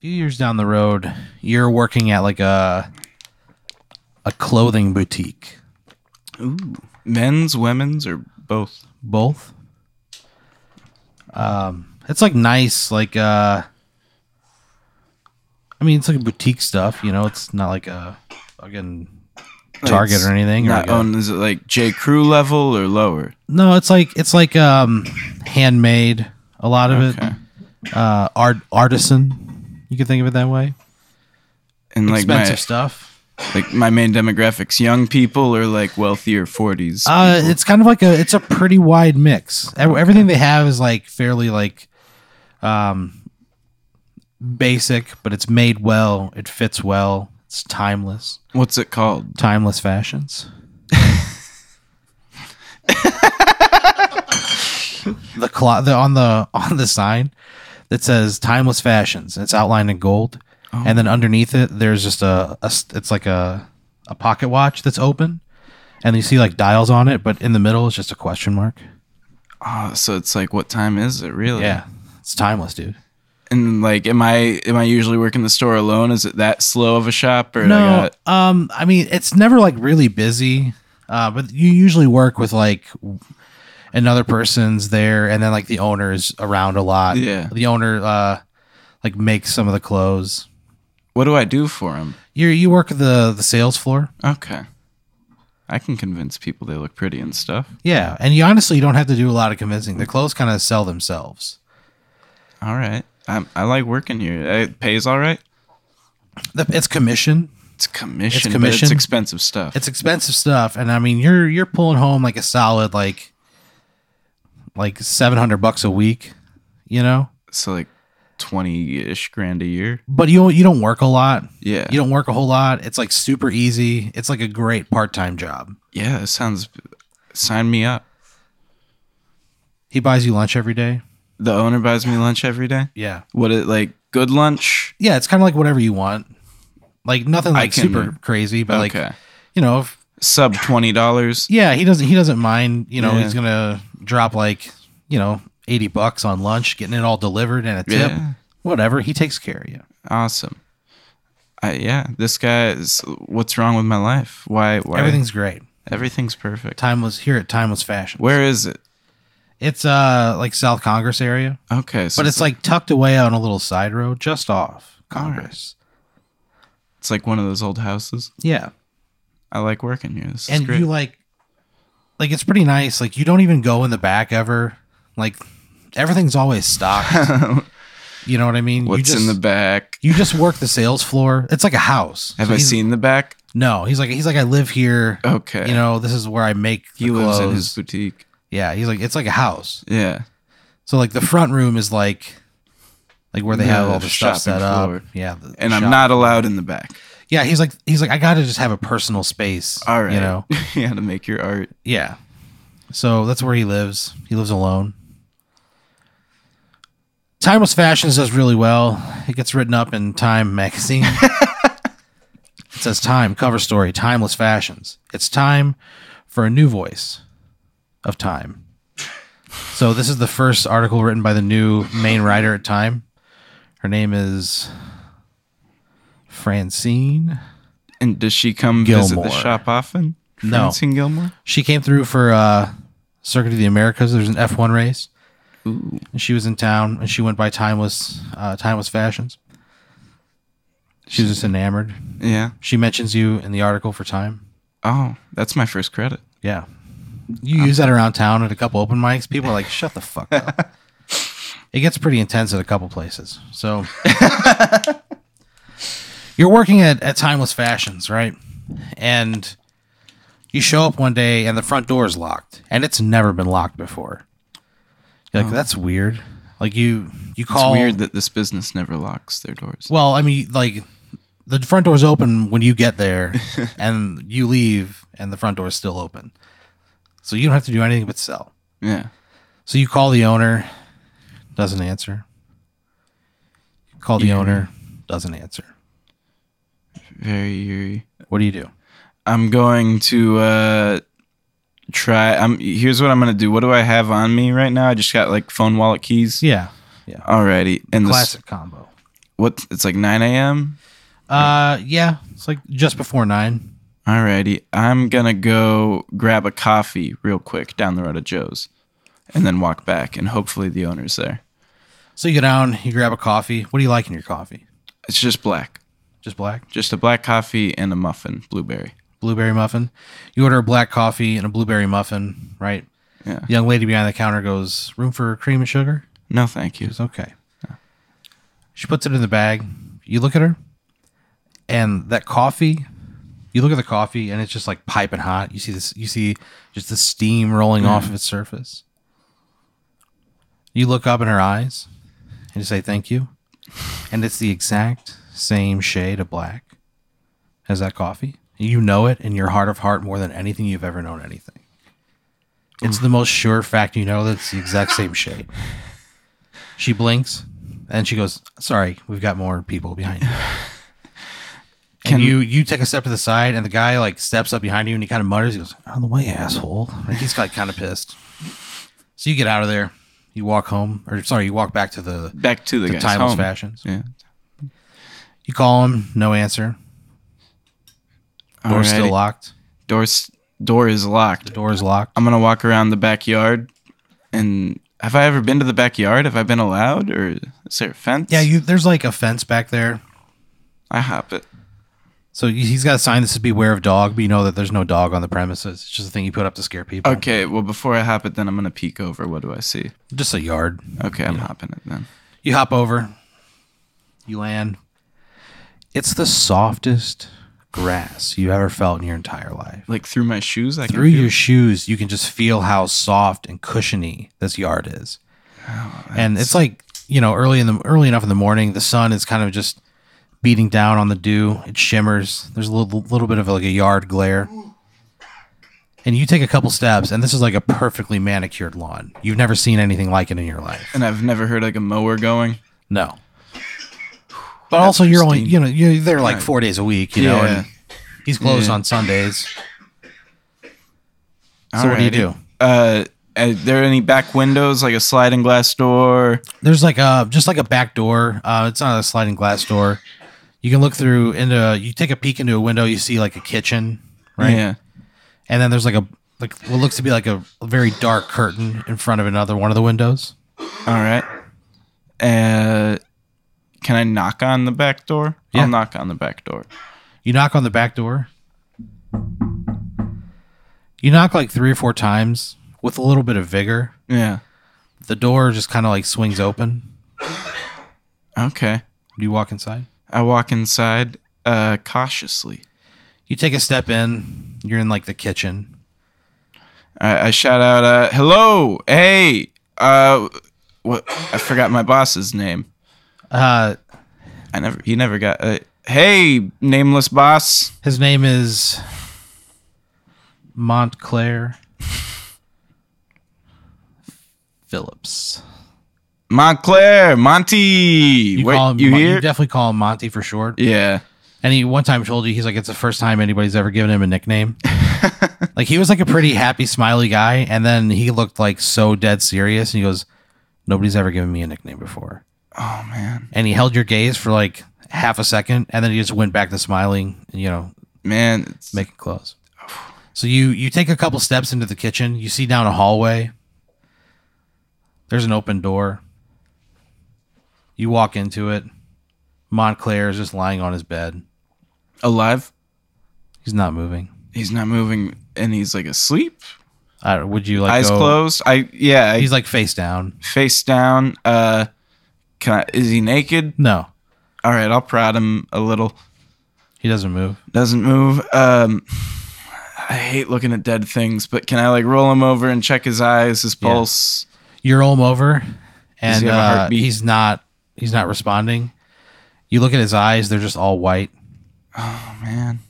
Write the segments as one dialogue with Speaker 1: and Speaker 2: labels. Speaker 1: few years down the road, you're working at like a a clothing boutique.
Speaker 2: Ooh. Men's, women's, or both?
Speaker 1: Both. Um, it's like nice, like uh, I mean, it's like boutique stuff. You know, it's not like a fucking Target
Speaker 2: It's
Speaker 1: or anything. Or
Speaker 2: Not
Speaker 1: like a-
Speaker 2: own, is it like J. Crew level or lower?
Speaker 1: no, it's like it's like um, handmade. A lot of
Speaker 2: Okay.
Speaker 1: it, uh, art artisan. You can think of it that way.
Speaker 2: And like
Speaker 1: Expensive
Speaker 2: my
Speaker 1: stuff.
Speaker 2: like my main demographics, young people or like wealthier forties.
Speaker 1: Uh, it's kind of like a it's a pretty wide mix. Ev- Everything they have is like fairly like um basic, but it's made well. It fits well. It's timeless.
Speaker 2: What's it called?
Speaker 1: Timeless fashions. the clock the, on the on the sign that says timeless fashions. It's outlined in gold, and then underneath it there's just a, a s- it's like a a pocket watch that's open, and you see like dials on it, but in the middle is just a question mark.
Speaker 2: Ah, so it's like what time is it really?
Speaker 1: Yeah, it's timeless, dude.
Speaker 2: And like, am I am I usually working the store alone? Is it that slow of a shop or I
Speaker 1: No,
Speaker 2: got-
Speaker 1: um, I mean it's never like really busy, uh, but you usually work with like w- another person's there, and then like the owner's around a lot.
Speaker 2: Yeah.
Speaker 1: the owner uh, like makes some of the clothes.
Speaker 2: what do I do for him?
Speaker 1: You you work the the sales floor,
Speaker 2: Okay, I can convince people they look pretty and stuff.
Speaker 1: yeah, and you honestly don't have to do a lot of convincing. The clothes kind of sell themselves.
Speaker 2: All right, I I like working here. It pays all right.
Speaker 1: The, it's commission,
Speaker 2: It's commission.
Speaker 1: It's
Speaker 2: but It's
Speaker 1: commission.
Speaker 2: expensive stuff.
Speaker 1: it's expensive stuff, and I mean you're you're pulling home like a solid like like seven hundred bucks a week, you know.
Speaker 2: so like twenty ish grand a year.
Speaker 1: But you don't- you don't work a lot.
Speaker 2: Yeah.
Speaker 1: You don't work a whole lot. It's like super easy. It's like a great part time job.
Speaker 2: yeah. It sounds. Sign me up.
Speaker 1: He buys you lunch every day.
Speaker 2: The owner buys me lunch every day.
Speaker 1: Yeah.
Speaker 2: What it like? Good lunch.
Speaker 1: Yeah, it's kind of like whatever you want. Like nothing like
Speaker 2: can-
Speaker 1: super crazy, but
Speaker 2: okay.
Speaker 1: like you know, if,
Speaker 2: Sub twenty dollars.
Speaker 1: yeah, he doesn't he doesn't mind. You know,
Speaker 2: Yeah.
Speaker 1: he's gonna drop like you know eighty bucks on lunch, getting it all delivered and a tip.
Speaker 2: Yeah.
Speaker 1: Whatever. He takes care of you.
Speaker 2: Awesome. I, yeah, this guy is. What's wrong with my life? Why? Why?
Speaker 1: Everything's great.
Speaker 2: everything's perfect.
Speaker 1: Time was here at Time was Fashion.
Speaker 2: Where is it?
Speaker 1: It's uh like South Congress area,
Speaker 2: Okay, so
Speaker 1: but it's like tucked away on a little side road just off Congress.
Speaker 2: it's like one of those old houses.
Speaker 1: Yeah.
Speaker 2: I like working here. This is
Speaker 1: and
Speaker 2: great.
Speaker 1: you like like it's pretty nice like you don't even go in the back ever like everything's always stocked you know what i mean
Speaker 2: What's
Speaker 1: you just
Speaker 2: in the back?
Speaker 1: you just work the sales floor it's like a house
Speaker 2: Have
Speaker 1: So
Speaker 2: I
Speaker 1: he's-
Speaker 2: seen the back?
Speaker 1: no he's like he's like i live here
Speaker 2: Okay.
Speaker 1: you know this is where i make the
Speaker 2: he lives in
Speaker 1: clothes.
Speaker 2: his boutique.
Speaker 1: yeah he's like it's like a house
Speaker 2: Yeah.
Speaker 1: so like the front room is like like where they
Speaker 2: Yeah,
Speaker 1: have all
Speaker 2: the
Speaker 1: the stuff
Speaker 2: shopping
Speaker 1: set up
Speaker 2: floor.
Speaker 1: yeah the- the
Speaker 2: And I'm
Speaker 1: shop.
Speaker 2: not allowed in the back.
Speaker 1: yeah he's like he's like i gotta just have a personal space
Speaker 2: All right.
Speaker 1: you know
Speaker 2: you had to make your art.
Speaker 1: Yeah. So that's where he lives. He lives alone. Timeless Fashions does really well. It gets written up in Time magazine. it says Time, cover story, Timeless Fashions. It's time for a new voice of Time. So this is the first article written by the new main writer at Time. Her name is Francine.
Speaker 2: And does she come visit the
Speaker 1: Gilmore.
Speaker 2: shop often?
Speaker 1: No.
Speaker 2: Francine Gilmore.
Speaker 1: She came through for uh, Circuit of the Americas. There's an F1 race. And she was in town, and she went by Timeless uh, Timeless Fashions. She was just enamored.
Speaker 2: Yeah.
Speaker 1: She mentions you in the article for time.
Speaker 2: Oh, that's my first credit.
Speaker 1: Yeah, you use that around town at a couple open mics. People are like, "Shut the fuck up." it gets pretty intense at a couple places. So you're working at, at Timeless Fashions, right? And you show up one day, and the front door is locked, and it's never been locked before. You're like, "That's weird." Like you, you
Speaker 2: Oh. It's
Speaker 1: call
Speaker 2: weird that this business never locks their doors.
Speaker 1: Well, I mean, like the front door's open when you get there, and you leave, and the front door's still open. So you don't have to do anything but sell.
Speaker 2: Yeah.
Speaker 1: So you call the owner, doesn't answer. Call the owner, doesn't answer.
Speaker 2: Very eerie.
Speaker 1: What do you do?
Speaker 2: I'm going to uh try I'm here's what I'm gonna do. What do I have on me right now? I just got like phone wallet keys.
Speaker 1: Yeah, yeah,
Speaker 2: Alrighty. And this
Speaker 1: classic combo.
Speaker 2: what? It's like 9 a.m.
Speaker 1: Uh, yeah, it's like just before nine.
Speaker 2: Alrighty, I'm gonna go grab a coffee real quick down the road at Joe's, and then walk back, and hopefully the owner's there.
Speaker 1: So you go down, you grab a coffee. What do you like in your coffee?
Speaker 2: It's just black,
Speaker 1: Just black,
Speaker 2: just a black coffee and a muffin, blueberry.
Speaker 1: blueberry muffin. You order a black coffee and a blueberry muffin, right?
Speaker 2: Yeah.
Speaker 1: The young lady behind the counter goes, "Room for cream and sugar?"
Speaker 2: No, thank you.
Speaker 1: It's okay. She puts it in the bag. You look at her, and that coffee. You look at the coffee, and it's just like piping hot. You see this. You see just the steam rolling off of its surface. You look up in her eyes, and you say thank you, and it's the exact same shade of black as that coffee. You know it in your heart of heart more than anything you've ever known anything. It's the most sure fact you know that it's the exact same shade. She blinks and she goes, "Sorry, we've got more people behind you."
Speaker 2: Can-
Speaker 1: and you you take a step to the side, and the guy like steps up behind you, and he kind of mutters, "He goes out of the way, asshole." Like he's like kind of pissed. So you get out of there, you walk home, or sorry, you walk back to the,
Speaker 2: Back to the,
Speaker 1: the
Speaker 2: guy's
Speaker 1: timeless
Speaker 2: home.
Speaker 1: fashions.
Speaker 2: Yeah.
Speaker 1: You call him, no answer. Door's
Speaker 2: Alrighty.
Speaker 1: still locked.
Speaker 2: Door's door is locked.
Speaker 1: Door's locked.
Speaker 2: I'm gonna walk around the backyard, and have I ever been to the backyard? Have I been allowed, or is there a fence?
Speaker 1: Yeah, you, there's like a fence back there.
Speaker 2: I hop it.
Speaker 1: So you- he's got a sign that says "Beware of dog," but you know that there's no dog on the premises. It's just a thing you put up to scare people.
Speaker 2: Okay. Well, before I hop it, then I'm gonna peek over. What do I see?
Speaker 1: Just a yard.
Speaker 2: Okay, I'm hopping it then.
Speaker 1: You hop over. You land. It's the softest grass you've ever felt in your entire life.
Speaker 2: Like through my shoes, I
Speaker 1: Through
Speaker 2: can feel
Speaker 1: your shoes, you can just feel how soft and cushiony this yard is. and it's like, you know, early in the early enough in the morning, the sun is kind of just beating down on the dew. It shimmers. There's a little, little bit of like a yard glare. And you take a couple steps, and this is like a perfectly manicured lawn. You've never seen anything like it in your life.
Speaker 2: and I've never heard like a mower going.
Speaker 1: No. But also, you're only
Speaker 2: pristine.
Speaker 1: you know you're there like
Speaker 2: Right.
Speaker 1: four days a week, you know, and he's closed on Sundays. So what do you
Speaker 2: Alrighty.
Speaker 1: do?
Speaker 2: Uh, are there any back windows, like a sliding glass door?
Speaker 1: There's like a just like a back door. Uh, it's not a sliding glass door. You can look through into you take a peek into a window. You see like a kitchen, right?
Speaker 2: Yeah.
Speaker 1: And then there's like a like what looks to be like a, a very dark curtain in front of another one of the windows.
Speaker 2: All right. Uh, can I knock on the back door?
Speaker 1: Yeah.
Speaker 2: I'll knock on the back door.
Speaker 1: You knock on the back door. You knock like three or four times with a little bit of vigor.
Speaker 2: Yeah.
Speaker 1: The door just kind of like swings open.
Speaker 2: Okay.
Speaker 1: You walk inside.
Speaker 2: I walk inside uh, cautiously.
Speaker 1: You take a step in. You're in like the kitchen.
Speaker 2: I, I shout out, uh, "Hello, hey, uh, what? I forgot my boss's name.
Speaker 1: Uh,
Speaker 2: I never. He never got. Uh, hey, nameless boss.
Speaker 1: his name is Montclair Phillips.
Speaker 2: Montclair, Monty.
Speaker 1: You
Speaker 2: Wait,
Speaker 1: call him.
Speaker 2: you
Speaker 1: Mon-
Speaker 2: here?
Speaker 1: definitely call him Monty for short.
Speaker 2: yeah.
Speaker 1: And he one time told you he's like it's the first time anybody's ever given him a nickname. like he was like a pretty happy, smiley guy, and then he looked like so dead serious. And he goes, "Nobody's ever given me a nickname before."
Speaker 2: Oh man,
Speaker 1: and he held your gaze for like half a second and then he just went back to smiling you know
Speaker 2: man. It's,
Speaker 1: making clothes so you you take a couple steps into the kitchen you see down a hallway there's an open door you walk into it montclair is just lying on his bed
Speaker 2: alive.
Speaker 1: he's not moving
Speaker 2: He's not moving, and he's like asleep.
Speaker 1: I don't- would you like
Speaker 2: Eyes
Speaker 1: go-
Speaker 2: closed. I yeah. I,
Speaker 1: he's like face down
Speaker 2: face down. Uh, can I, is he naked?
Speaker 1: no
Speaker 2: All right, I'll prod him a little.
Speaker 1: he doesn't move
Speaker 2: Doesn't move. Um, I hate looking at dead things, but can I like roll him over and check his eyes, his pulse?
Speaker 1: you roll him over and
Speaker 2: he have a
Speaker 1: uh,
Speaker 2: heartbeat?
Speaker 1: he's not he's not responding you look at his eyes they're just all white
Speaker 2: Man.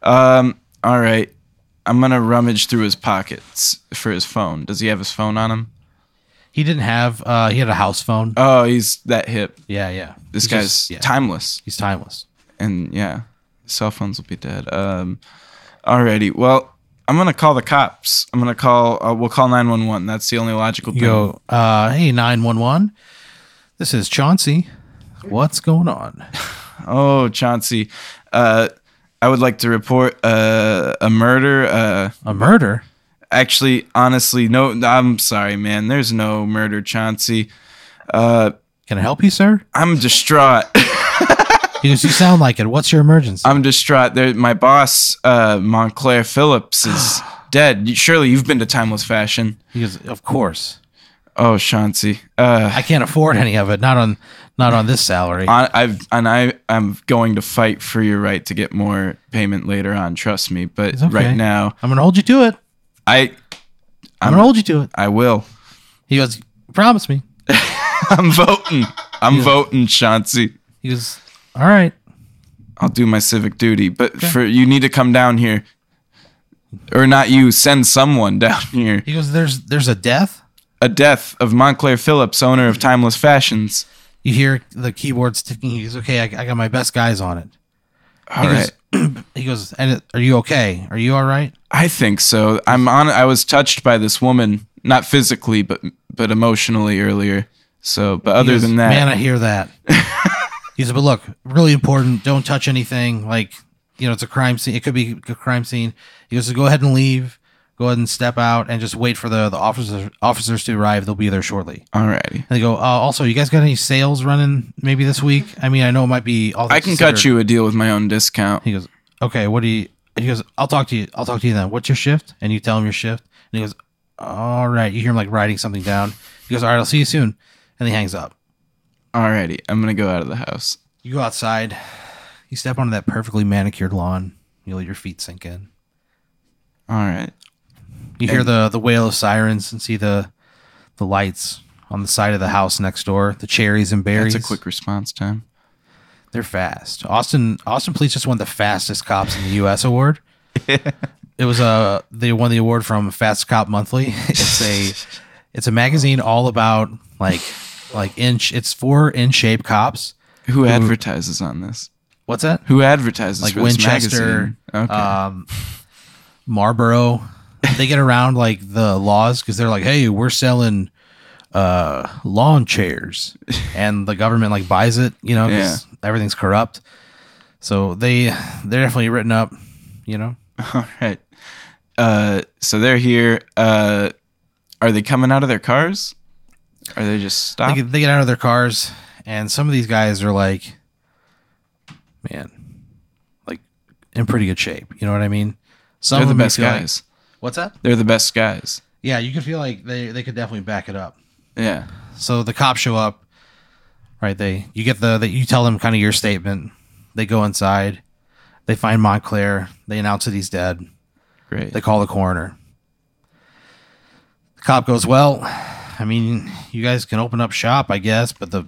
Speaker 2: Um. All right. I'm gonna rummage through his pockets for his phone. Does he have his phone on him?
Speaker 1: He didn't have. Uh, he had a house phone.
Speaker 2: Oh, he's that hip.
Speaker 1: yeah, yeah.
Speaker 2: This
Speaker 1: He's
Speaker 2: guy's
Speaker 1: just- yeah,
Speaker 2: timeless,
Speaker 1: he's timeless.
Speaker 2: and yeah, cell phones will be dead. Um, alrighty. Well, I'm gonna call the cops. I'm gonna call. Uh, we'll call nine one one. That's the only logical
Speaker 1: You
Speaker 2: thing.
Speaker 1: go, uh, hey nine one one. This is Chauncey. What's going on?
Speaker 2: Oh, Chauncey, uh, I would like to report uh, a murder. Uh,
Speaker 1: A murder?
Speaker 2: actually, honestly, no, I'm sorry, man. There's no murder, Chauncey. Uh,
Speaker 1: Can I help you, sir?
Speaker 2: I'm distraught.
Speaker 1: He goes, You sound like it. What's your emergency?
Speaker 2: I'm distraught. There, my boss, uh, Montclair Phillips, is dead. Surely you've been to Timeless Fashion.
Speaker 1: He goes, Of course.
Speaker 2: Oh, Chauncey. Uh,
Speaker 1: I can't afford any of it. Not on not on this salary.
Speaker 2: I, I've and I I'm going to fight for your right to get more payment later on. Trust me, but
Speaker 1: It's okay.
Speaker 2: right now
Speaker 1: I'm gonna hold you to it.
Speaker 2: I
Speaker 1: I'm gonna hold you to it.
Speaker 2: I will.
Speaker 1: He goes, Promise me.
Speaker 2: I'm voting. I'm voting, Chauncey.
Speaker 1: He goes, All right.
Speaker 2: I'll do my civic duty, but for you need to come down here, or not you. Send someone down here.
Speaker 1: He goes, There's there's a death?
Speaker 2: A death of Montclair Phillips, owner of Timeless Fashions.
Speaker 1: You hear the keyboards ticking. He goes, Okay, I, I got my best guys on it.
Speaker 2: All right.
Speaker 1: He goes, And it, are you okay? Are you all right?
Speaker 2: I think so. I'm on. I was touched by this woman, not physically, but but emotionally earlier. So, but
Speaker 1: He
Speaker 2: other
Speaker 1: goes,
Speaker 2: than that,
Speaker 1: man, I hear that. he said, but look, really important. Don't touch anything. Like, you know, it's a crime scene. It could be a crime scene. He goes, so go ahead and leave. Go ahead and step out and just wait for the, the officers officers to arrive. They'll be there shortly.
Speaker 2: alrighty.
Speaker 1: And they go, uh, also, you guys got any sales running maybe this week? I mean, I know it might be all.
Speaker 2: I can cut you a deal with my own discount.
Speaker 1: He goes, okay, what do you? And he goes, I'll talk to you. I'll talk to you then. What's your shift? And you tell him your shift. And he goes, all right. You hear him like writing something down. He goes, all right, I'll see you soon. And he hangs up.
Speaker 2: Alrighty, I'm gonna go out of the house.
Speaker 1: You go outside. You step onto that perfectly manicured lawn. You let your feet sink in.
Speaker 2: All right.
Speaker 1: You hear the the wail of sirens and see the the lights on the side of the house next door. The cherries and berries.
Speaker 2: That's a quick response time.
Speaker 1: They're fast. Austin Austin Police just won the fastest cops in the U.S. award. It was uh they won the award from Fast Cop Monthly. It's a it's a magazine all about like like inch. It's for in shape cops.
Speaker 2: Who advertises on this?
Speaker 1: What's that?
Speaker 2: Who advertises
Speaker 1: like
Speaker 2: for this
Speaker 1: Winchester,
Speaker 2: magazine? Okay.
Speaker 1: um, Marlboro. They get around like the laws because they're like, hey, we're selling uh, lawn chairs, and the government like buys it, you know, 'cause everything's corrupt. So they they're definitely written up, you know.
Speaker 2: All right. Uh, so they're here. Uh, are they coming out of their cars? Are they just
Speaker 1: They
Speaker 2: stopped?
Speaker 1: get, they get out of their cars, and some of these guys are like, man, like in pretty good shape. You know what I mean? Some
Speaker 2: They're
Speaker 1: of
Speaker 2: the
Speaker 1: them you
Speaker 2: best
Speaker 1: feel like-
Speaker 2: guys.
Speaker 1: what's that?
Speaker 2: They're the best guys.
Speaker 1: Yeah, you can feel like they they could definitely back it up.
Speaker 2: Yeah.
Speaker 1: So the cops show up, right? They you get the that you tell them kind of your statement. They go inside, they find Montclair. They announce that he's dead.
Speaker 2: Great.
Speaker 1: They call the coroner. The cop goes, "Well, I mean, you guys can open up shop, I guess, but the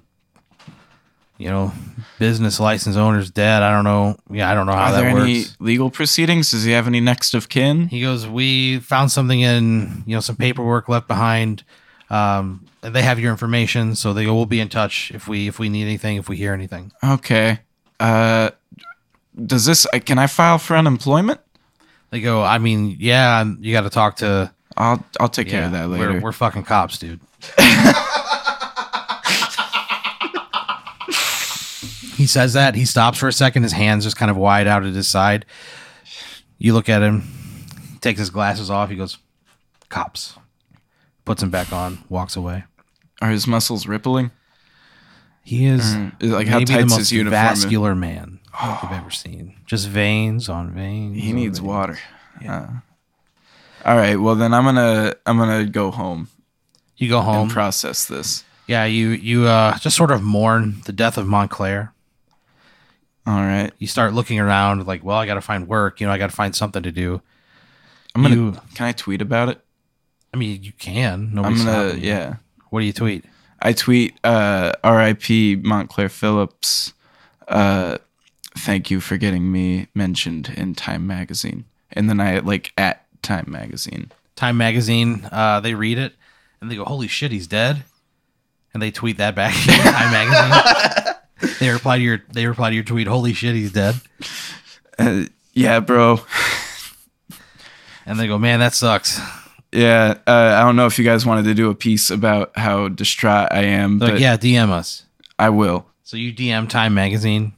Speaker 1: you know business license owner's dead. I don't know. Yeah, I don't know how
Speaker 2: are
Speaker 1: that
Speaker 2: there
Speaker 1: works."
Speaker 2: any legal proceedings? Does he have any next of kin?
Speaker 1: He goes, "We found something in you know some paperwork left behind. Um, and they have your information, so they go, we'll be in touch if we if we need anything, if we hear anything.
Speaker 2: Okay. Uh, does this? I- Can I file for unemployment?
Speaker 1: They go, I mean, yeah, you got to talk to
Speaker 2: I'll I'll take care of that
Speaker 1: we're-
Speaker 2: later.
Speaker 1: We're, fucking cops, dude. he says that he stops for a second, his hands just kind of wide out at his side. You look at him, takes his glasses off. He goes, cops, puts them back on, walks away.
Speaker 2: Are his muscles rippling?
Speaker 1: He is
Speaker 2: Is- Like how
Speaker 1: maybe
Speaker 2: tight's
Speaker 1: the most
Speaker 2: his uniform? Oh.
Speaker 1: vascular man I've ever seen. Just veins on veins.
Speaker 2: he
Speaker 1: on
Speaker 2: needs
Speaker 1: veins.
Speaker 2: water. Uh, all right. Well, then I'm gonna I'm gonna go home
Speaker 1: You go home.
Speaker 2: and process this.
Speaker 1: yeah, you you uh, just sort of mourn the death of Montclair.
Speaker 2: All right.
Speaker 1: You start looking around, like, well, I got to find work. You know, I got to find something to do.
Speaker 2: I'm gonna.
Speaker 1: You-
Speaker 2: Can I tweet about it?
Speaker 1: I mean, you can.
Speaker 2: I'm
Speaker 1: Nobody's
Speaker 2: gonna.
Speaker 1: stopping you.
Speaker 2: Yeah.
Speaker 1: What do you tweet?
Speaker 2: I tweet. Uh, R.I.P. Montclair Phillips. Uh, thank you for getting me mentioned in Time Magazine. And then I like at Time Magazine.
Speaker 1: Time Magazine. Uh, they read it and they go, "Holy shit, he's dead," and they tweet that back. to Time Magazine. They reply to your they reply to your tweet, "Holy shit, he's dead,"
Speaker 2: Uh, yeah, bro.
Speaker 1: and they go, "Man, that sucks."
Speaker 2: Yeah, uh, I don't know if you guys wanted to do a piece about how distraught I am,
Speaker 1: They're
Speaker 2: but
Speaker 1: like, yeah, DM us.
Speaker 2: I will.
Speaker 1: So you DM Time Magazine.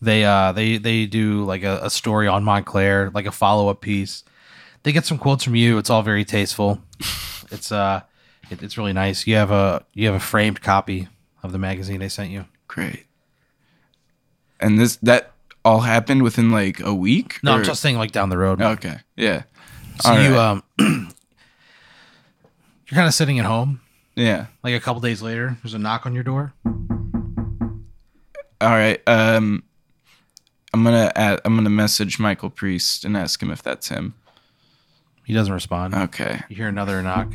Speaker 1: They uh they they do like a, a story on Montclair, like a follow up piece. They get some quotes from you. It's all very tasteful. It's uh it, it's really nice. You have a you have a framed copy of the magazine they sent you.
Speaker 2: Great. And this that all happened within like a week.
Speaker 1: No,
Speaker 2: Or-
Speaker 1: I'm just saying like down the road.
Speaker 2: okay. Yeah.
Speaker 1: so
Speaker 2: Oh, all
Speaker 1: you
Speaker 2: right.
Speaker 1: um you're kind of sitting at home.
Speaker 2: Yeah.
Speaker 1: Like a couple days later, there's a knock on your door.
Speaker 2: All right. Um, I'm gonna add, I'm gonna message Michael Priest and ask him if that's him.
Speaker 1: He doesn't respond.
Speaker 2: Okay,
Speaker 1: You hear another knock.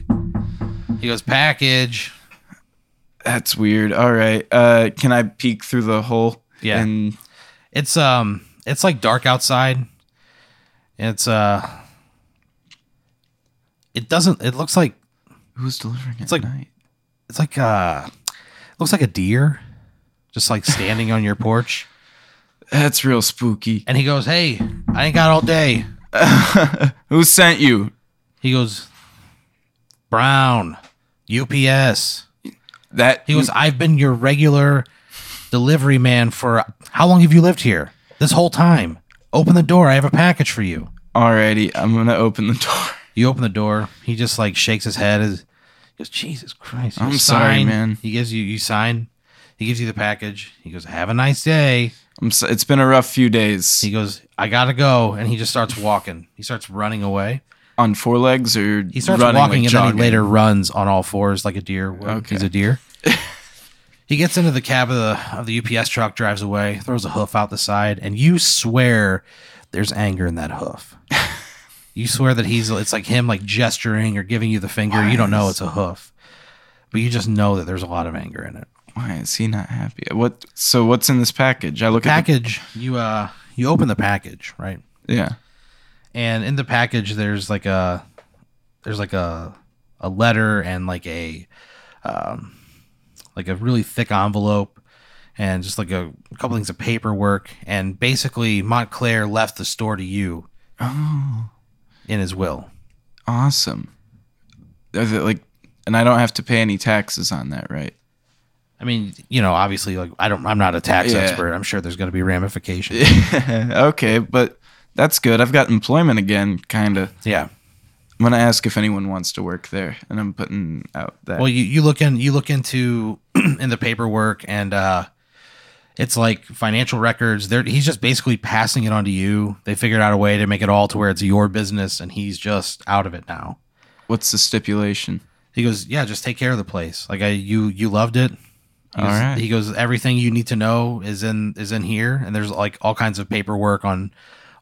Speaker 1: He goes, package.
Speaker 2: that's weird. All right. Uh, can I peek through the hole?
Speaker 1: Yeah.
Speaker 2: And
Speaker 1: It's um it's like dark outside. It's uh it doesn't it looks like
Speaker 2: who's delivering it? It's
Speaker 1: like-
Speaker 2: night.
Speaker 1: it's like uh it looks like a deer just like standing on your porch.
Speaker 2: That's real spooky.
Speaker 1: And he goes, Hey, I ain't got all day.
Speaker 2: Who sent you?
Speaker 1: He goes, Brown, UPS.
Speaker 2: That
Speaker 1: He goes, I've been your regular delivery man for how long have you lived here? This whole time. Open the door. I have a package for you.
Speaker 2: Alrighty, I'm gonna open the door.
Speaker 1: You open the door. He just like shakes his head. As he goes, Jesus Christ! you
Speaker 2: I'm sorry,
Speaker 1: sign."
Speaker 2: man.
Speaker 1: He gives you you sign. He gives you the package. He goes, "Have a nice day."
Speaker 2: I'm so, it's been a rough few days
Speaker 1: He goes, "I gotta go," and he just starts walking. He starts running away.
Speaker 2: on four legs or
Speaker 1: He starts
Speaker 2: running,
Speaker 1: walking,
Speaker 2: like,
Speaker 1: and then he
Speaker 2: jogging?
Speaker 1: later runs on all fours like a deer. would.
Speaker 2: Okay.
Speaker 1: He's a deer. he gets into the cab of the of the UPS truck, drives away, throws a hoof out the side, and you swear there's anger in that hoof. you swear that he's it's like him like gesturing or giving you the finger. You don't know it's a hoof, but you just know that there's a lot of anger in it.
Speaker 2: Why is he not happy? What? So what's in this package? I look at
Speaker 1: Package you uh you open the package right,
Speaker 2: the, yeah.
Speaker 1: and in the package there's like a there's like a a letter and like a um, like a really thick envelope and just like a, a couple things of paperwork and basically montclair left the store to you in his will
Speaker 2: Awesome. Is it like, and I don't have to pay any taxes on that, right?
Speaker 1: i mean you know obviously like i don't i'm not a tax
Speaker 2: Yeah.
Speaker 1: expert i'm sure there's going to be ramifications
Speaker 2: okay, but that's good. I've got employment again, kind of.
Speaker 1: yeah
Speaker 2: I'm gonna ask if anyone wants to work there, and I'm putting out that.
Speaker 1: well you, you look in you look into in the paperwork and uh it's like financial records there he's just basically passing it on to you they figured out a way to make it all to where it's your business and he's just out of it now
Speaker 2: What's the stipulation?
Speaker 1: He goes, yeah, just take care of the place. Like I, you, you loved it. He
Speaker 2: All
Speaker 1: goes,
Speaker 2: right.
Speaker 1: he goes, everything you need to know is in is in here, and there's like all kinds of paperwork on,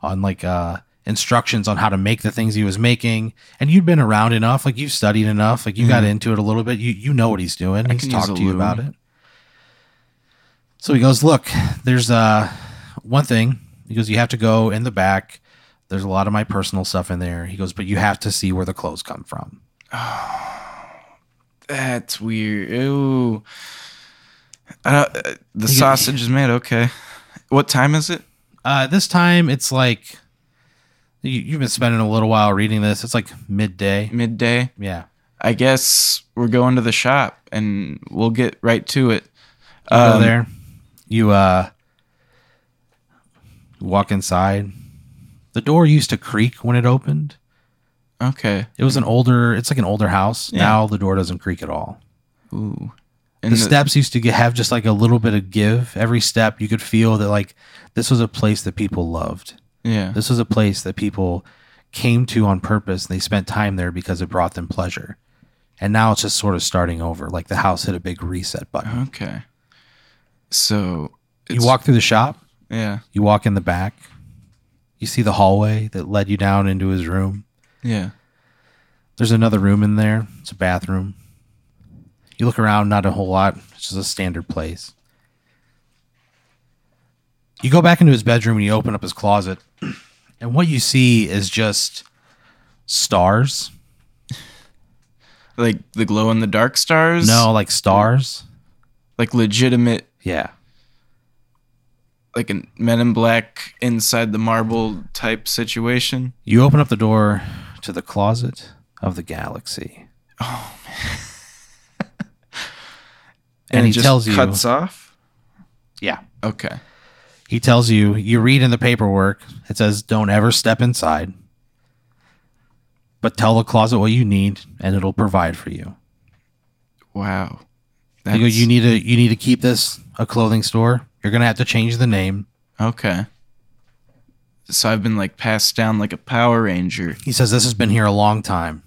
Speaker 1: on like uh instructions on how to make the things he was making. And you'd been around enough, like you've studied enough, like you got into it a little bit. You you know what he's doing. he's
Speaker 2: Mm-hmm. can use
Speaker 1: talked
Speaker 2: a
Speaker 1: to you
Speaker 2: loo.
Speaker 1: about it. So he goes, look, there's uh one thing. He goes, you have to go in the back. There's a lot of my personal stuff in there. He goes, but you have to see where the clothes come from.
Speaker 2: That's weird. Ew. Uh, uh, the sausage is made. Okay. What time is it?
Speaker 1: Uh, this time it's like you, you've been spending a little while reading this. It's like midday.
Speaker 2: Midday.
Speaker 1: Yeah.
Speaker 2: I guess we're going to the shop, and we'll get right to it.
Speaker 1: You go
Speaker 2: Um,
Speaker 1: there. You uh walk inside. The door used to creak when it opened.
Speaker 2: Okay.
Speaker 1: It was an older. It's like an older house.
Speaker 2: Yeah.
Speaker 1: Now the door doesn't creak at all.
Speaker 2: Ooh.
Speaker 1: The,
Speaker 2: And the-
Speaker 1: steps used to get, have just like a little bit of give. Every step you could feel that like this was a place that people loved.
Speaker 2: yeah.
Speaker 1: This was a place that people came to on purpose and they spent time there because it brought them pleasure. And now it's just sort of starting over. Like the house hit a big reset button.
Speaker 2: Okay. So
Speaker 1: You walk through the shop,
Speaker 2: Yeah.
Speaker 1: you walk in the back, you see the hallway that led you down into his room.
Speaker 2: Yeah.
Speaker 1: There's another room in there, it's a bathroom. You look around, not a whole lot. It's just a standard place. You go back into his bedroom and you open up his closet, and what you see is just stars.
Speaker 2: Like the glow in the dark stars?
Speaker 1: No, like stars.
Speaker 2: Like legitimate
Speaker 1: Yeah.
Speaker 2: like a men in black inside the marble type situation.
Speaker 1: You open up the door to the closet of the galaxy. Oh man. and,
Speaker 2: it
Speaker 1: he
Speaker 2: just
Speaker 1: tells you
Speaker 2: cuts off.
Speaker 1: Yeah.
Speaker 2: Okay.
Speaker 1: He tells you, you read in the paperwork, it says, don't ever step inside, but tell the closet what you need and it'll provide for you.
Speaker 2: Wow.
Speaker 1: You
Speaker 2: That's,
Speaker 1: go, you need to, you need to keep this a clothing store. You're going to have to change the name.
Speaker 2: okay. So I've been like passed down like a Power Ranger.
Speaker 1: He says, this has been here a long time.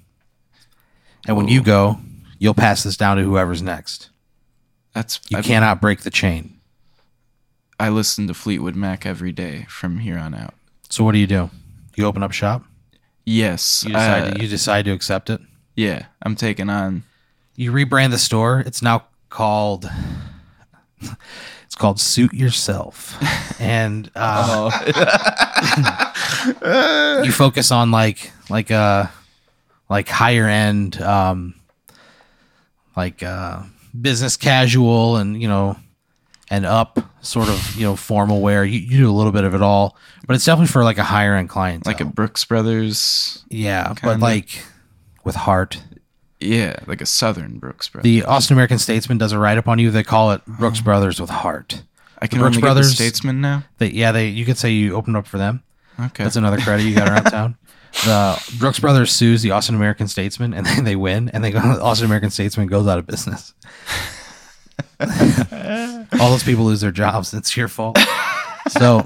Speaker 1: And when you go, you'll pass this down to whoever's next.
Speaker 2: That's
Speaker 1: You
Speaker 2: I,
Speaker 1: cannot break the chain.
Speaker 2: I listen to Fleetwood Mac every day from here on out.
Speaker 1: So what do you do? You open up shop?
Speaker 2: Yes.
Speaker 1: You decide,
Speaker 2: uh,
Speaker 1: you decide to accept it?
Speaker 2: yeah. I'm taking on.
Speaker 1: You rebrand the store. It's now called. It's called Suit Yourself, and uh,
Speaker 2: Oh.
Speaker 1: you focus on like like uh like higher end um like uh business casual and you know and up sort of you know formal wear. You, you do a little bit of it all, but it's definitely for like a higher end clientele.
Speaker 2: like a Brooks Brothers.
Speaker 1: yeah, but
Speaker 2: kinda.
Speaker 1: like with heart.
Speaker 2: Yeah, like a Southern Brooks Brothers.
Speaker 1: The Austin American Statesman does a write up on you. They call it Brooks Brothers with heart.
Speaker 2: I can
Speaker 1: Brooks
Speaker 2: only
Speaker 1: Brothers-
Speaker 2: get the Statesman now.
Speaker 1: They, yeah, they. You could say you opened up for them.
Speaker 2: Okay.
Speaker 1: That's another credit you got around town. The Brooks Brothers sues the Austin American Statesman, and then they win, and they go. The Austin American Statesman goes out of business. All those people lose their jobs. It's your fault. So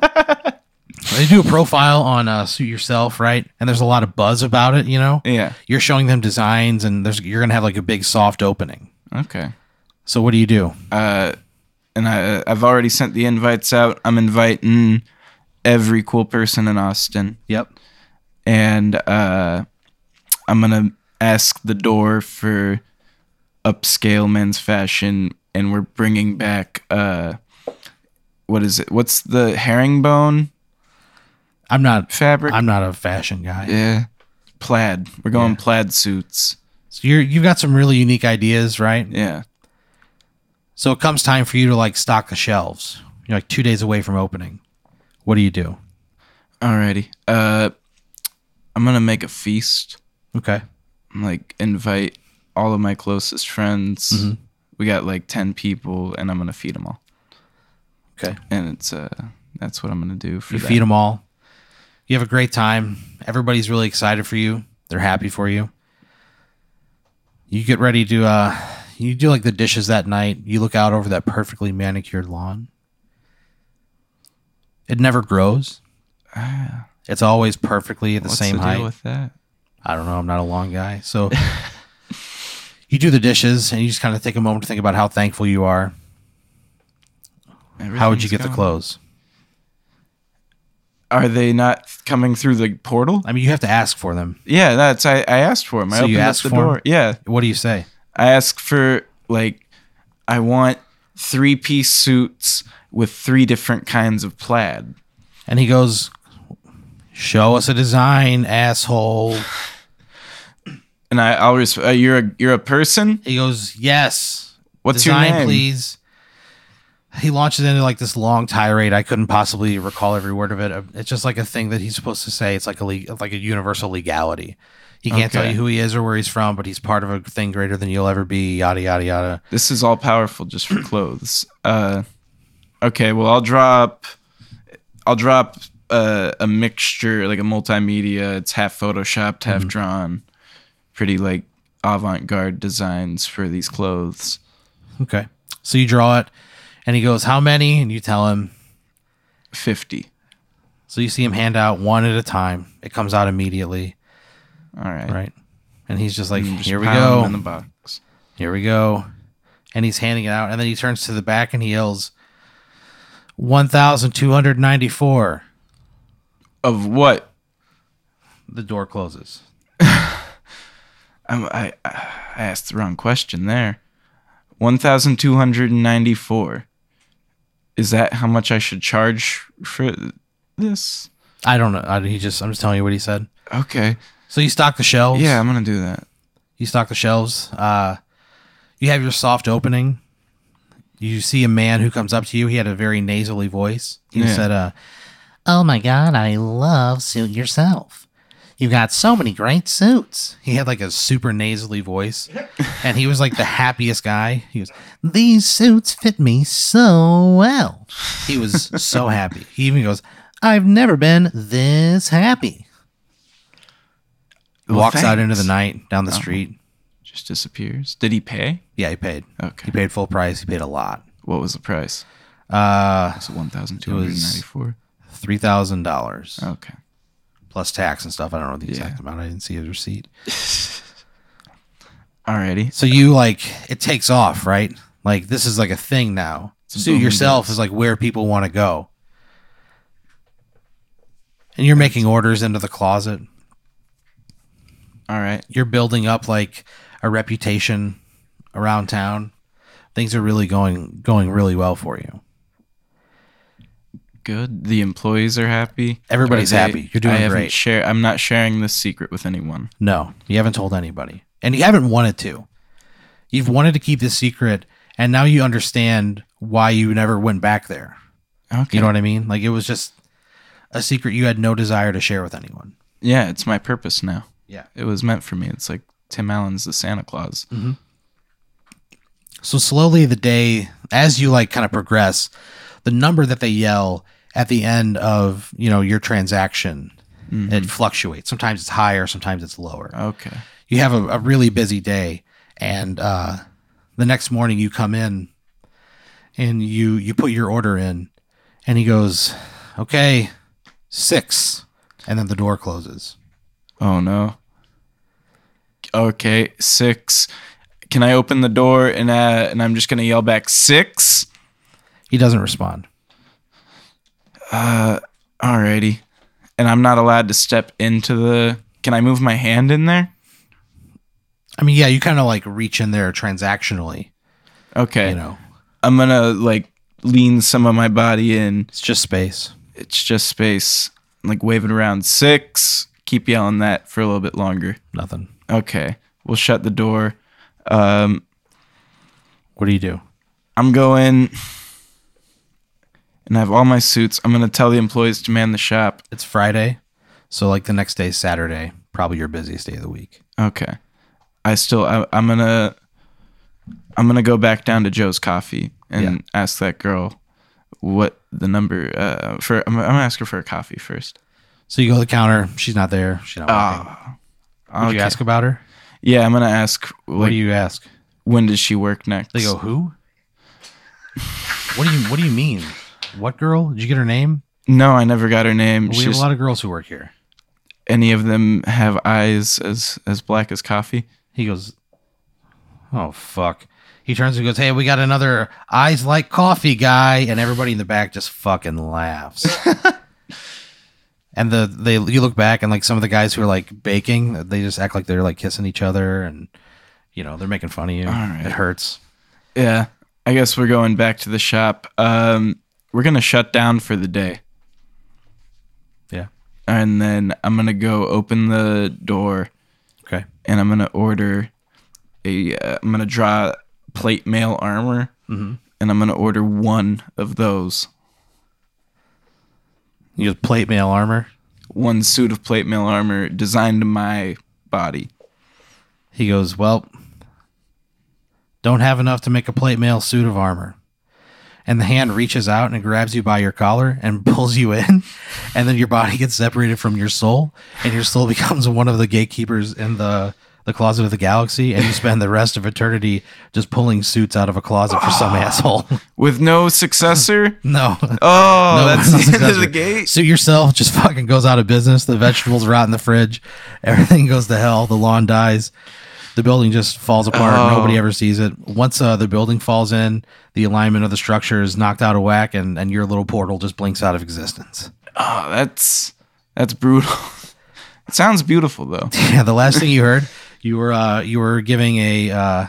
Speaker 1: they do a profile on uh, suit yourself, right? And there's a lot of buzz about it. You know,
Speaker 2: yeah.
Speaker 1: you're showing them designs, and there's you're gonna have like a big soft opening.
Speaker 2: Okay.
Speaker 1: So what do you do?
Speaker 2: uh, and I, I've already sent the invites out. I'm inviting every cool person in Austin,
Speaker 1: Yep.
Speaker 2: and uh, I'm gonna ask the door for upscale men's fashion, and we're bringing back uh, what is it? What's the herringbone
Speaker 1: I'm not.
Speaker 2: fabric?
Speaker 1: I'm not a fashion guy.
Speaker 2: yeah, plaid. We're going plaid suits.
Speaker 1: So you're you've got some really unique ideas, right?
Speaker 2: Yeah.
Speaker 1: So it comes time for you to like stock the shelves. You're like two days away from opening. What do you do?
Speaker 2: Alrighty. Uh, I'm gonna make a feast.
Speaker 1: Okay.
Speaker 2: like invite all of my closest friends.
Speaker 1: Mm-hmm.
Speaker 2: We got like 10 people and I'm going to feed them all.
Speaker 1: Okay.
Speaker 2: And it's uh that's what I'm going to do for
Speaker 1: You feed 'em
Speaker 2: that.
Speaker 1: feed them all. You have a great time. Everybody's really excited for you. They're happy for you. You get ready to uh you do like the dishes that night. You look out over that perfectly manicured lawn. It never grows.
Speaker 2: Ah.
Speaker 1: It's always perfectly at the
Speaker 2: What's
Speaker 1: same
Speaker 2: the deal
Speaker 1: height.
Speaker 2: with that?
Speaker 1: I don't know. I'm not a long guy. So you do the dishes and you just kind of take a moment to think about how thankful you are. How would you
Speaker 2: Everything's
Speaker 1: get the
Speaker 2: going-
Speaker 1: clothes?
Speaker 2: Are they not coming through the portal?
Speaker 1: I mean, you have to ask for them.
Speaker 2: Yeah, that's I, I asked for them. I
Speaker 1: So you
Speaker 2: opened up
Speaker 1: asked
Speaker 2: the
Speaker 1: for 'em?
Speaker 2: door. Yeah.
Speaker 1: What do you say?
Speaker 2: I asked for like I want three piece suits with three different kinds of plaid.
Speaker 1: And he goes, Show us a design, asshole.
Speaker 2: And I, I'll res- uh, you're a you're a person.
Speaker 1: He goes, Yes.
Speaker 2: What's
Speaker 1: design,
Speaker 2: your name?
Speaker 1: please. He launches into like this long tirade. I couldn't possibly recall every word of it. Uh, It's just like a thing that he's supposed to say. It's like a le- like a universal legality. He can't tell
Speaker 2: Okay.
Speaker 1: you who he is or where he's from, but he's part of a thing greater than you'll ever be. Yada yada yada.
Speaker 2: This is all powerful just for clothes. Uh, okay, well I'll drop, I'll drop uh, a mixture like a multimedia. It's half photoshopped, half
Speaker 1: Mm-hmm.
Speaker 2: drawn. Pretty like avant-garde designs for these clothes.
Speaker 1: Okay. So you draw it, and he goes, "How many?" And you tell him.
Speaker 2: Fifty.
Speaker 1: So you see him hand out one at a time. It comes out immediately,
Speaker 2: All right.
Speaker 1: right? And he's just like,
Speaker 2: Mm, Just
Speaker 1: "Here we
Speaker 2: pound
Speaker 1: go."
Speaker 2: them In the box.
Speaker 1: here we go. And he's handing it out. And then he turns to the back and he yells, 1,294.
Speaker 2: Of what?
Speaker 1: The door closes.
Speaker 2: I, I, I asked the wrong question there. One thousand two hundred and ninety-four. Is that how much I should charge for this?
Speaker 1: I don't know. I, he just, I'm just telling you what he said.
Speaker 2: Okay.
Speaker 1: So you stock the shelves.
Speaker 2: Yeah, I'm gonna do that.
Speaker 1: You stock the shelves. Uh, you have your soft opening. You see a man who comes up to you. He had a very nasally voice. He
Speaker 2: Yeah.
Speaker 1: said, uh, Oh my God, I love Suit Yourself. You've got so many great suits. He had like a super nasally voice, and he was like the happiest guy. He was, These suits fit me so well. He was so happy. He even goes, I've never been this happy.
Speaker 2: Well,
Speaker 1: Walks out
Speaker 2: thanks. Uh-huh.
Speaker 1: into the night down the street.
Speaker 2: Just disappears. Did he pay?
Speaker 1: Yeah, he paid.
Speaker 2: Okay.
Speaker 1: He paid full price. He paid a lot.
Speaker 2: What was the price?
Speaker 1: Uh,
Speaker 2: It's one thousand two hundred ninety-four.
Speaker 1: three thousand dollars
Speaker 2: Okay.
Speaker 1: plus tax and stuff. I don't know the exact
Speaker 2: Uh. Yeah.
Speaker 1: amount. I didn't see his receipt.
Speaker 2: Alrighty.
Speaker 1: So you like it takes off, right? Like this is like a thing now.
Speaker 2: a
Speaker 1: Suit
Speaker 2: boom
Speaker 1: yourself is like where people want to go. And you're making orders into the closet.
Speaker 2: All right.
Speaker 1: You're building up like a reputation around town. Things are really going going really well for you.
Speaker 2: Good. The employees are happy.
Speaker 1: Everybody's
Speaker 2: Are
Speaker 1: happy. You're doing
Speaker 2: I haven't
Speaker 1: great.
Speaker 2: Share. I'm not sharing this secret with anyone.
Speaker 1: No, you haven't told anybody. And you haven't wanted to. You've wanted to keep this secret and now you understand why you never went back there.
Speaker 2: Okay.
Speaker 1: You know what I mean? Like it was just a secret you had no desire to share with anyone.
Speaker 2: yeah, it's my purpose now.
Speaker 1: Yeah.
Speaker 2: It was meant for me. It's like Tim Allen's the Santa Claus.
Speaker 1: So slowly the day as you like kind of progress, the number that they yell at the end of, you know, your transaction it fluctuates. Sometimes it's higher, sometimes it's lower.
Speaker 2: Okay.
Speaker 1: you have a, a really busy day and uh, the next morning you come in and you you put your order in and he goes okay six and then the door closes
Speaker 2: Oh no. Okay, six. Can I open the door and uh, and I'm just gonna yell back six?
Speaker 1: he doesn't respond
Speaker 2: Alrighty. And I'm not allowed to step into the. Can I move my hand in there?
Speaker 1: i mean yeah you kind of like reach in there transactionally
Speaker 2: Okay.
Speaker 1: you know
Speaker 2: I'm gonna like lean some of my body in.
Speaker 1: it's just space
Speaker 2: It's just space. Like wave it around six. Keep yelling that for a little bit longer.
Speaker 1: nothing
Speaker 2: Okay. We'll shut the door. Um,
Speaker 1: what do you do
Speaker 2: I'm going. And I have all my suits. I'm gonna tell the employees to man the shop.
Speaker 1: it's friday so like the next day saturday probably your busiest day of the week
Speaker 2: Okay. I still I, I'm gonna I'm gonna go back down to Joe's Coffee and
Speaker 1: Yeah.
Speaker 2: ask that girl what the number uh for I'm, I'm gonna ask her for a coffee first.
Speaker 1: so you go to the counter she's not there she's not working. would you
Speaker 2: Okay.
Speaker 1: ask about her
Speaker 2: Yeah, I'm gonna ask
Speaker 1: what
Speaker 2: like
Speaker 1: do you ask
Speaker 2: when does she work next?
Speaker 1: They go, who? what do you What do you mean? What girl? Did you get her name?
Speaker 2: No, I never got her name.
Speaker 1: we have a
Speaker 2: She's,
Speaker 1: lot of girls who work here.
Speaker 2: any of them have eyes as as black as coffee?
Speaker 1: He goes, oh fuck. He turns and goes, hey, we got another eyes like coffee guy, and everybody in the back just fucking laughs. and the they you look back and like some of the guys who are like baking, they just act like they're like kissing each other and. You know they're making fun of you.
Speaker 2: right.
Speaker 1: It hurts.
Speaker 2: Yeah. I guess we're going back to the shop. Um we're gonna shut down for the day.
Speaker 1: Yeah.
Speaker 2: And then I'm gonna go open the door
Speaker 1: Okay.
Speaker 2: and I'm gonna order a. Uh, I'm gonna draw plate mail armor,
Speaker 1: Mm-hmm.
Speaker 2: and I'm gonna order one of those,
Speaker 1: You just plate mail armor.
Speaker 2: one suit of plate mail armor designed to my body.
Speaker 1: He goes, Well, don't have enough to make a plate mail suit of armor. And the hand reaches out and grabs you by your collar and pulls you in. And then your body gets separated from your soul. And your soul becomes one of the gatekeepers in the, the closet of the galaxy. And you spend the rest of eternity just pulling suits out of a closet for some asshole.
Speaker 2: With no successor.
Speaker 1: no.
Speaker 2: Oh,
Speaker 1: No,
Speaker 2: that's
Speaker 1: no
Speaker 2: the end of
Speaker 1: successor.
Speaker 2: the gate.
Speaker 1: Suit yourself just fucking goes out of business. The vegetables rot in the fridge. Everything goes to hell. The lawn dies. The building just falls apart.
Speaker 2: Oh.
Speaker 1: Nobody ever sees it. Once uh, the building falls in, the alignment of the structure is knocked out of whack, and, and your little portal just blinks out of existence.
Speaker 2: Oh, that's that's brutal. It sounds beautiful though.
Speaker 1: Yeah, the last thing you heard, you were uh, you were giving a uh,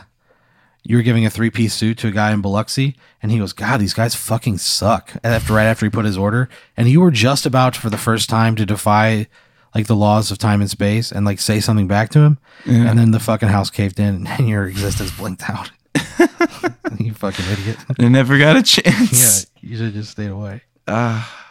Speaker 1: you were giving a three piece suit to a guy in Biloxi, and he goes, "God, these guys fucking suck." And After right after he put his order, and you were just about for the first time to defy like the laws of time and space and like say something back to him, and then the fucking house caved in, and your existence blinked out. you fucking idiot.
Speaker 2: I never got a
Speaker 1: yeah,
Speaker 2: chance.
Speaker 1: you should have just stayed away.
Speaker 2: Ah,